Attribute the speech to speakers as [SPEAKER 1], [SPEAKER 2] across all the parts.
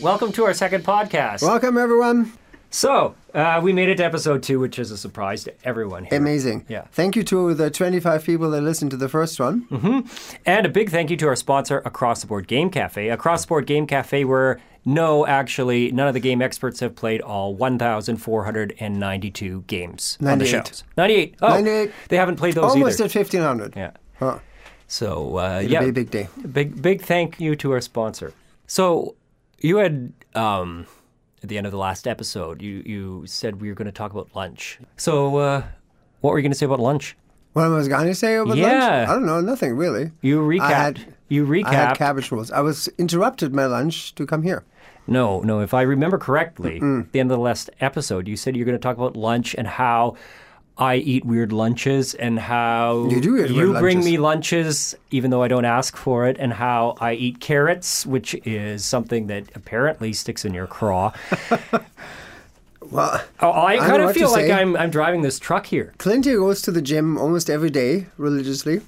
[SPEAKER 1] Welcome to our second podcast.
[SPEAKER 2] Welcome, everyone.
[SPEAKER 1] so, uh, we made it to episode two, which is a surprise to everyone here.
[SPEAKER 2] Amazing.
[SPEAKER 1] Yeah.
[SPEAKER 2] Thank you to the 25 people that listened to the first one.
[SPEAKER 1] And a big thank you to our sponsor, Across the Board Game Cafe. Across the Board Game Cafe, where no, actually, none of the game experts have played all 1,492 games on the
[SPEAKER 2] 98.
[SPEAKER 1] shows. 98. Oh,
[SPEAKER 2] 98.
[SPEAKER 1] They haven't played those
[SPEAKER 2] Almost
[SPEAKER 1] either.
[SPEAKER 2] at 1500.
[SPEAKER 1] yeah.
[SPEAKER 2] Huh.
[SPEAKER 1] So, uh,
[SPEAKER 2] It'll
[SPEAKER 1] yeah.
[SPEAKER 2] be a big day.
[SPEAKER 1] Big big thank you to our sponsor. So you had um, at the end of the last episode, you you said we were going to talk about lunch. So uh, what were you going to say about lunch?
[SPEAKER 2] What am I was going to say over
[SPEAKER 1] Yeah.
[SPEAKER 2] lunch? I don't know, nothing really.
[SPEAKER 1] You recapped.
[SPEAKER 2] had-
[SPEAKER 1] you recapped.
[SPEAKER 2] I had cabbage rolls. I was interrupted my lunch to come here.
[SPEAKER 1] no, no. If I remember correctly, at the end of the last episode, you said you're going to talk about lunch and how. I eat weird lunches and how
[SPEAKER 2] You do eat weird
[SPEAKER 1] you bring
[SPEAKER 2] lunches.
[SPEAKER 1] me lunches even though I don't ask for it and how I eat carrots which is something that apparently sticks in your craw
[SPEAKER 2] Well,
[SPEAKER 1] Oh, I
[SPEAKER 2] know
[SPEAKER 1] kind of
[SPEAKER 2] what to
[SPEAKER 1] feel like
[SPEAKER 2] say.
[SPEAKER 1] I'm I'm driving this truck here.
[SPEAKER 2] Clinty goes to the gym almost every day religiously.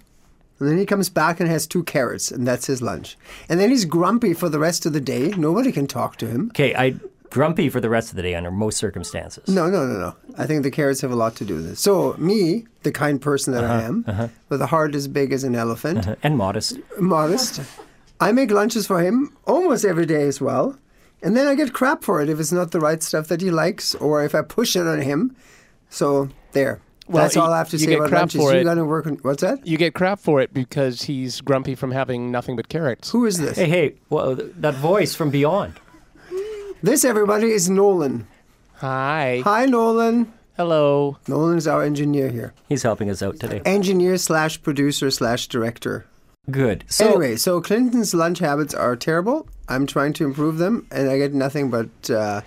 [SPEAKER 2] And then he comes back and has two carrots, and that's his lunch. And then he's grumpy for the rest of the day. Nobody can talk to him.
[SPEAKER 1] Okay, I grumpy for the rest of the day under most circumstances.
[SPEAKER 2] No, no, no, no. I think the carrots have a lot to do with it. So, me, the kind person that I
[SPEAKER 3] Uh-huh,
[SPEAKER 2] am, with a heart as big as an elephant,
[SPEAKER 1] And modest.
[SPEAKER 2] modest, I make lunches for him almost every day as well. And then I get crap for it if it's not the right stuff that he likes or if I push it on him. So, there.
[SPEAKER 3] Well,
[SPEAKER 2] That's all
[SPEAKER 3] you-
[SPEAKER 2] I have to
[SPEAKER 3] you
[SPEAKER 2] say
[SPEAKER 3] get
[SPEAKER 2] about
[SPEAKER 3] crap
[SPEAKER 2] lunches.
[SPEAKER 3] for
[SPEAKER 2] You're
[SPEAKER 3] it.
[SPEAKER 2] going to work on. What's that?
[SPEAKER 3] You get crap for it because he's grumpy from having nothing but carrots.
[SPEAKER 2] Who is this?
[SPEAKER 1] Hey, hey, well, th- that voice from beyond.
[SPEAKER 2] This, everybody, is Nolan.
[SPEAKER 3] Hi.
[SPEAKER 2] Hi, Nolan.
[SPEAKER 3] Hello.
[SPEAKER 2] Nolan is our engineer here.
[SPEAKER 1] He's helping us out today.
[SPEAKER 2] Engineer slash producer slash director.
[SPEAKER 1] Good. So
[SPEAKER 2] anyway, so Clinton's lunch habits are terrible. I'm trying to improve them, and I get nothing but uh,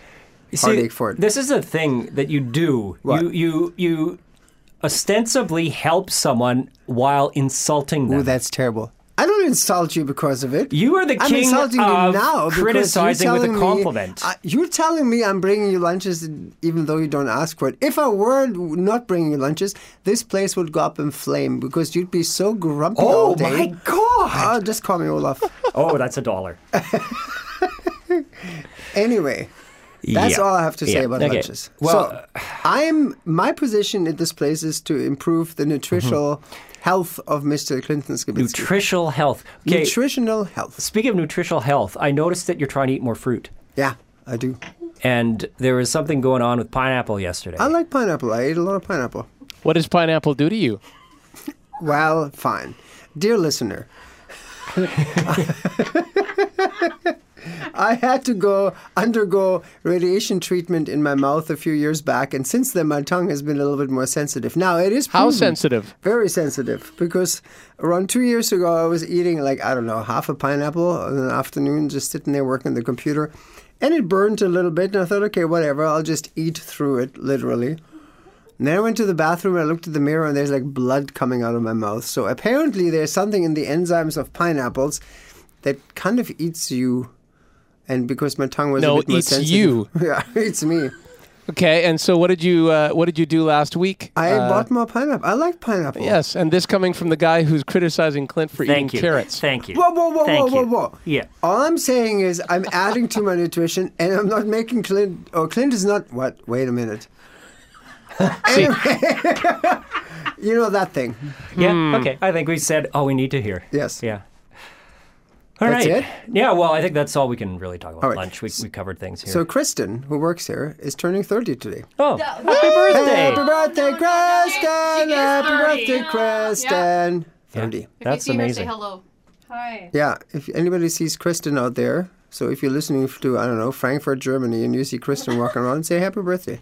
[SPEAKER 1] you see,
[SPEAKER 2] heartache for it.
[SPEAKER 1] This is a thing that you do.
[SPEAKER 2] What?
[SPEAKER 1] You you you ostensibly help someone while insulting them.
[SPEAKER 2] Ooh, that's terrible. I don't insult you because of it.
[SPEAKER 1] You are the
[SPEAKER 2] I'm
[SPEAKER 1] king
[SPEAKER 2] insulting
[SPEAKER 1] of
[SPEAKER 2] you now because
[SPEAKER 1] criticizing
[SPEAKER 2] you're
[SPEAKER 1] with a
[SPEAKER 2] telling me-
[SPEAKER 1] compliment.
[SPEAKER 2] I- you're telling me I'm bringing you lunches even though you don't ask for it. If I were not bringing you lunches, this place would go up in flame because you'd be so grumpy all
[SPEAKER 1] oh
[SPEAKER 2] day.
[SPEAKER 1] my god.
[SPEAKER 2] Oh, just call me Olaf.
[SPEAKER 1] oh, that's a dollar.
[SPEAKER 2] anyway, that's
[SPEAKER 1] Yeah.
[SPEAKER 2] all I have to say
[SPEAKER 1] Yeah.
[SPEAKER 2] about
[SPEAKER 1] Okay.
[SPEAKER 2] lunches.
[SPEAKER 1] Well,
[SPEAKER 2] so, I'm my position at this place is to improve the nutritional health of Mr. Clinton Skibitsky.
[SPEAKER 1] Nutritional health. Mm-hmm. Okay.
[SPEAKER 2] Nutritional health.
[SPEAKER 1] Speaking of nutritional health, I noticed that you're trying to eat more fruit.
[SPEAKER 2] Yeah, I do.
[SPEAKER 1] and there was something going on with pineapple yesterday.
[SPEAKER 2] I like pineapple. I ate a lot of pineapple.
[SPEAKER 3] What does pineapple do to you?
[SPEAKER 2] Well, fine. Dear listener, I had to go undergo radiation treatment in my mouth a few years back, and since then my tongue has been a little bit more sensitive. Now it is
[SPEAKER 3] How
[SPEAKER 2] proven-
[SPEAKER 3] sensitive?
[SPEAKER 2] Very sensitive because around two years ago I was eating like I don't know half a pineapple in the afternoon, just sitting there working the computer, and it burned a little bit. And I thought, okay, whatever, I'll just eat through it literally. And then I went to the bathroom and I looked at the mirror and there's like blood coming out of my mouth. So apparently there's something in the enzymes of pineapples that kind of eats you. And because my tongue was a
[SPEAKER 3] No,
[SPEAKER 2] bit more
[SPEAKER 3] eats
[SPEAKER 2] sensitive,
[SPEAKER 3] you.
[SPEAKER 2] yeah, eats me.
[SPEAKER 3] Okay, and so what did you uh, what did you do last week?
[SPEAKER 2] I
[SPEAKER 3] Uh,
[SPEAKER 2] bought more pineapple. I like pineapple.
[SPEAKER 3] Yes, and this coming from the guy who's criticizing Clint for
[SPEAKER 1] Thank
[SPEAKER 3] eating
[SPEAKER 1] you.
[SPEAKER 3] carrots.
[SPEAKER 1] Thank you.
[SPEAKER 2] Whoa, whoa, whoa,
[SPEAKER 1] Thank
[SPEAKER 2] whoa,
[SPEAKER 1] you.
[SPEAKER 2] whoa, whoa.
[SPEAKER 1] Yeah.
[SPEAKER 2] All I'm saying is I'm adding to my nutrition and I'm not making Clint, or Clint is not, what? Wait a minute. Anyway. you know that thing.
[SPEAKER 1] Yeah. Okay. I think we said all we need to hear.
[SPEAKER 2] Hmm. Yes.
[SPEAKER 1] Yeah. All right.
[SPEAKER 2] That's it?
[SPEAKER 1] Yeah. Well, I think that's all we can really talk about.
[SPEAKER 2] right.
[SPEAKER 1] Lunch. We, we covered things here.
[SPEAKER 2] So Kristen, who works here, is turning 30 today.
[SPEAKER 1] oh,
[SPEAKER 2] Happy
[SPEAKER 1] happy birthday!
[SPEAKER 2] birthday, Kristen!
[SPEAKER 4] She is
[SPEAKER 2] Happy
[SPEAKER 4] 30.
[SPEAKER 2] birthday, Kristen! 30.
[SPEAKER 1] That's
[SPEAKER 4] if you see
[SPEAKER 1] amazing.
[SPEAKER 4] Her, say hello. Hi.
[SPEAKER 2] Yeah, if anybody sees Kristen out there, so if you're listening to, I don't know, Frankfurt, Germany, and you see Kristen walking around, say happy birthday.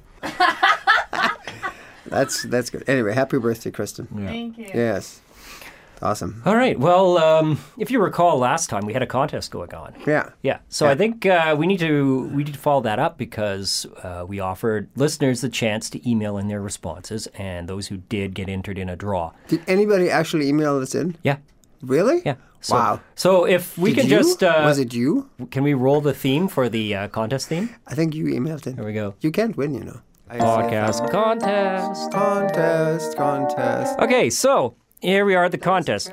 [SPEAKER 2] that's that's good. Anyway, happy birthday, Kristen.
[SPEAKER 4] Thank you.
[SPEAKER 2] Yes. Awesome.
[SPEAKER 1] All right. Well, um, if you recall, last time we had a contest going on.
[SPEAKER 2] Yeah.
[SPEAKER 1] Yeah. So I think uh, we need to we need to follow that up because uh, we offered listeners the chance to email in their responses, and those who did get entered in a draw.
[SPEAKER 2] Did anybody actually email this in?
[SPEAKER 1] Yeah.
[SPEAKER 2] Really?
[SPEAKER 1] Yeah. So,
[SPEAKER 2] wow.
[SPEAKER 1] So if we
[SPEAKER 2] Did
[SPEAKER 1] can
[SPEAKER 2] you?
[SPEAKER 1] just uh,
[SPEAKER 2] Was it you?
[SPEAKER 1] Can we roll the theme for the uh, contest theme?
[SPEAKER 2] I think you emailed it.
[SPEAKER 1] There we Oh, go.
[SPEAKER 2] You can't win, you know.
[SPEAKER 1] Podcast contest.
[SPEAKER 2] Contest, contest.
[SPEAKER 1] Okay, so here we are at the contest.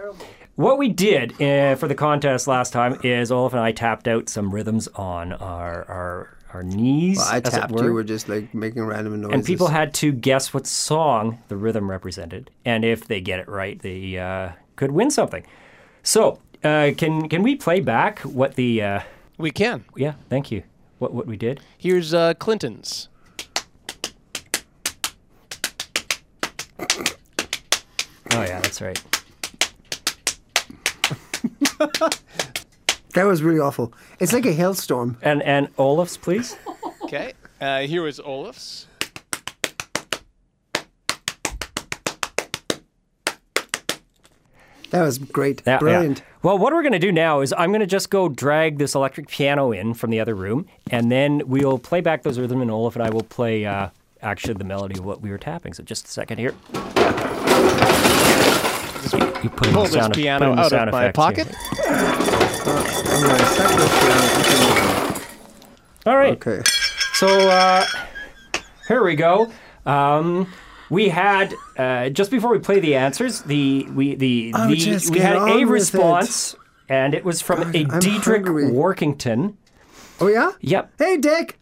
[SPEAKER 1] What we did uh, for the contest last time is Olaf and I tapped out some rhythms on our our, our knees.
[SPEAKER 2] I
[SPEAKER 1] as it
[SPEAKER 2] tapped
[SPEAKER 1] were.
[SPEAKER 2] you. We're just like making random noises.
[SPEAKER 1] And people had to guess what song the rhythm represented, and if they get it right, they uh, could win something. So, uh, can can we play back what the? Uh,
[SPEAKER 3] We can.
[SPEAKER 1] yeah, thank you. What what we did?
[SPEAKER 3] Here's uh, Clinton's.
[SPEAKER 1] Oh yeah, that's right.
[SPEAKER 2] that was really awful. It's like a hailstorm.
[SPEAKER 1] And and Olaf's, please.
[SPEAKER 3] Okay. Uh, here was Olaf's.
[SPEAKER 2] That was great.
[SPEAKER 1] Yeah, yeah.
[SPEAKER 2] Brilliant.
[SPEAKER 1] Well, what we're going to do now is I'm going to just go drag this electric piano in from the other room, and then we'll play back those rhythm, and Olaf and I will play uh, actually the melody of what we were tapping. So just a second here. You put in
[SPEAKER 3] Pull
[SPEAKER 1] the
[SPEAKER 3] this
[SPEAKER 1] sound, e-,
[SPEAKER 3] piano
[SPEAKER 1] put in the
[SPEAKER 3] out
[SPEAKER 1] sound
[SPEAKER 3] of my
[SPEAKER 1] effects here.
[SPEAKER 3] pocket.
[SPEAKER 2] I'm gonna suck this down.
[SPEAKER 1] All right.
[SPEAKER 2] Okay.
[SPEAKER 1] So uh, here we go. Um, we had uh, just before we play the answers, the we the,
[SPEAKER 2] Oh,
[SPEAKER 1] the
[SPEAKER 2] just
[SPEAKER 1] we
[SPEAKER 2] get
[SPEAKER 1] had
[SPEAKER 2] on
[SPEAKER 1] a
[SPEAKER 2] with it.
[SPEAKER 1] response, and it was from a
[SPEAKER 2] I'm
[SPEAKER 1] Diedrich
[SPEAKER 2] hungry.
[SPEAKER 1] Workington.
[SPEAKER 2] Oh yeah.
[SPEAKER 1] Yep.
[SPEAKER 2] Hey, Dick.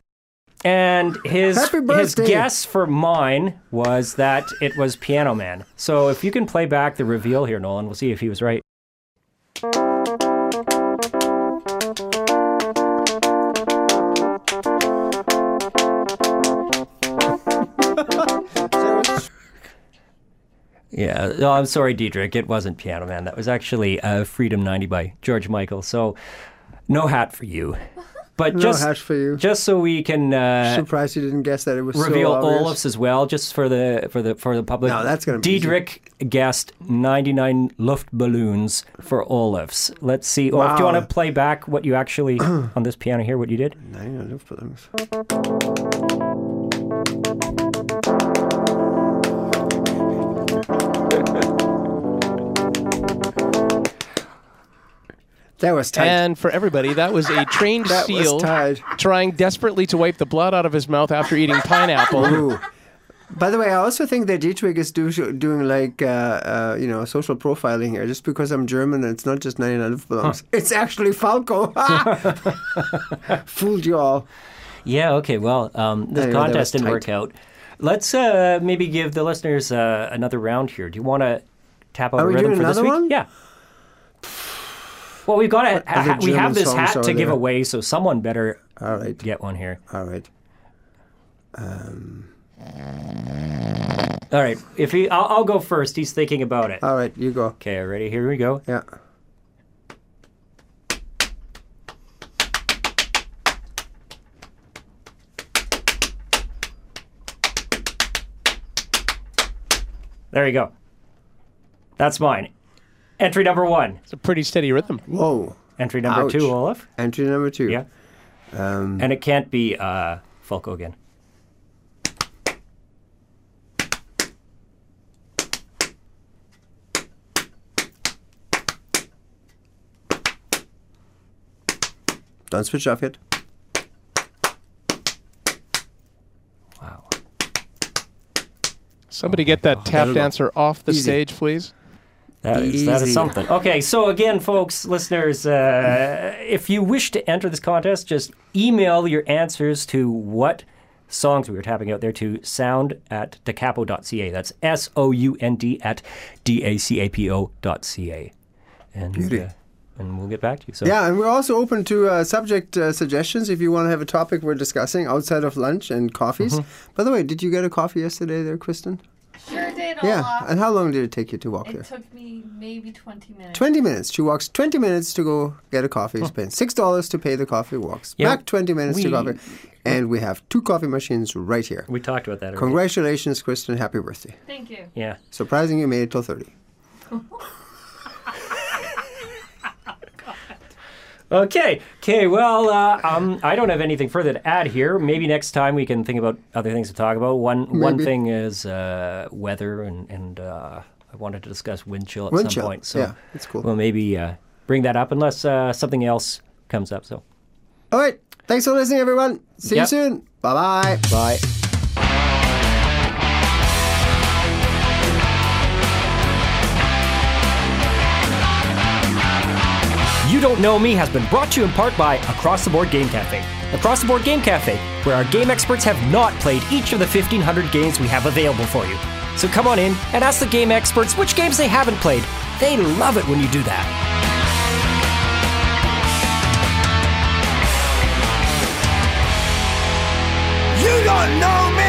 [SPEAKER 1] And his
[SPEAKER 2] Happy
[SPEAKER 1] his
[SPEAKER 2] birthday.
[SPEAKER 1] guess for mine was that it was Piano Man. So if you can play back the reveal here, Nolan, we'll see if he was right. Yeah, no, I'm sorry, Diedrich. It wasn't Piano Man. That was actually uh, Freedom 90 by George Michael. So, no hat for you. But just
[SPEAKER 2] hat for you.
[SPEAKER 1] just so we can uh,
[SPEAKER 2] Surprised you didn't guess that it was
[SPEAKER 1] reveal
[SPEAKER 2] so obvious.
[SPEAKER 1] Olaf's as well, just for the for the for the public.
[SPEAKER 2] No, that's gonna be easy.
[SPEAKER 1] Diedrich guessed 99 Luftballons for Olaf's. Let's see. Olaf, do you
[SPEAKER 2] Wow.
[SPEAKER 1] want to play back what you actually on this piano here? What you did?
[SPEAKER 2] I know, no problems. That was tight.
[SPEAKER 3] And for everybody, that was a trained
[SPEAKER 2] that
[SPEAKER 3] seal
[SPEAKER 2] was tight.
[SPEAKER 3] trying desperately to wipe the blood out of his mouth after eating pineapple.
[SPEAKER 2] Ooh. By the way, I also think that Dietrich is do, doing like uh, uh, you know social profiling here. Just because I'm German, it's not just 99 Luftballons. It's actually Falco. Fooled you all.
[SPEAKER 1] Yeah. Okay. Well, um, this
[SPEAKER 2] Anyway, that
[SPEAKER 1] contest
[SPEAKER 2] was
[SPEAKER 1] didn't work out. Let's uh, maybe give the listeners uh, another round here. Do you want to tap out
[SPEAKER 2] Are
[SPEAKER 1] a
[SPEAKER 2] we
[SPEAKER 1] rhythm
[SPEAKER 2] doing
[SPEAKER 1] for this
[SPEAKER 2] another
[SPEAKER 1] week?
[SPEAKER 2] one?
[SPEAKER 1] Yeah. Well, we've got a,
[SPEAKER 2] other
[SPEAKER 1] ha- we have
[SPEAKER 2] German
[SPEAKER 1] this
[SPEAKER 2] songs
[SPEAKER 1] hat
[SPEAKER 2] are
[SPEAKER 1] to give
[SPEAKER 2] there?
[SPEAKER 1] away, so someone better
[SPEAKER 2] All right.
[SPEAKER 1] get one here.
[SPEAKER 2] All right.
[SPEAKER 1] All right. If he, I'll, I'll go first. He's thinking about it.
[SPEAKER 2] All right. You go.
[SPEAKER 1] Okay. Ready? Here we go.
[SPEAKER 2] Yeah.
[SPEAKER 1] There you go. That's mine. Entry number one.
[SPEAKER 3] It's a pretty steady rhythm.
[SPEAKER 2] Whoa.
[SPEAKER 1] Entry number
[SPEAKER 2] Ouch.
[SPEAKER 1] two, Olaf.
[SPEAKER 2] Entry number two.
[SPEAKER 1] Yeah. and it can't be uh, Fulco again.
[SPEAKER 2] Don't switch off yet.
[SPEAKER 1] Wow.
[SPEAKER 3] Somebody get that tap
[SPEAKER 2] That'll go.
[SPEAKER 3] dancer off the
[SPEAKER 2] Easy.
[SPEAKER 3] stage, please.
[SPEAKER 1] That is, that is
[SPEAKER 2] Easy.
[SPEAKER 1] something. Okay, so again, folks, listeners, uh, if you wish to enter this contest, just email your answers to what songs we were tapping out there to sound at decapo.ca. That's S O U N D at D A C A P O dot C A. And, uh, and we'll get back to you. So,
[SPEAKER 2] Yeah, and we're also open to uh, subject uh, suggestions if you want to have a topic we're discussing outside of lunch and coffees. By the way, did you get a coffee yesterday there, Kristen?
[SPEAKER 4] Sure did,
[SPEAKER 2] Yeah.
[SPEAKER 4] Olaf.
[SPEAKER 2] And how long did it take you to walk there?
[SPEAKER 4] It took me maybe 20 minutes.
[SPEAKER 2] 20 minutes. She walks 20 minutes to go get a coffee. Spends $6 to pay the coffee, walks
[SPEAKER 1] Yeah,
[SPEAKER 2] back 20 minutes
[SPEAKER 1] we-
[SPEAKER 2] to coffee. And we have two coffee machines right here.
[SPEAKER 1] we talked about that. Already.
[SPEAKER 2] Congratulations, Kristen. Happy birthday.
[SPEAKER 4] Thank you.
[SPEAKER 1] Yeah.
[SPEAKER 2] Surprising you made it till 30.
[SPEAKER 1] Okay. Okay. Well, uh, um, I don't have anything further to add here. Maybe next time we can think about other things to talk about. One one
[SPEAKER 2] Maybe.
[SPEAKER 1] thing is uh, weather, and and uh, I wanted to discuss wind chill at
[SPEAKER 2] Wind
[SPEAKER 1] some
[SPEAKER 2] chill,
[SPEAKER 1] point. So
[SPEAKER 2] yeah, that's cool.
[SPEAKER 1] Well, maybe uh, bring that up unless uh, something else comes up. So
[SPEAKER 2] All right. Thanks for listening, everyone. See
[SPEAKER 1] Yep.
[SPEAKER 2] you soon. Bye bye.
[SPEAKER 1] bye.
[SPEAKER 5] Thank
[SPEAKER 1] Don't Know Me has been brought to you in part by Across the Board Game Cafe. Across the Board Game Cafe, where our game experts have not played each of the 1500 games we have available for you. So come on in and ask the game experts which games they haven't played. They love it when you do that.
[SPEAKER 2] You don't know me!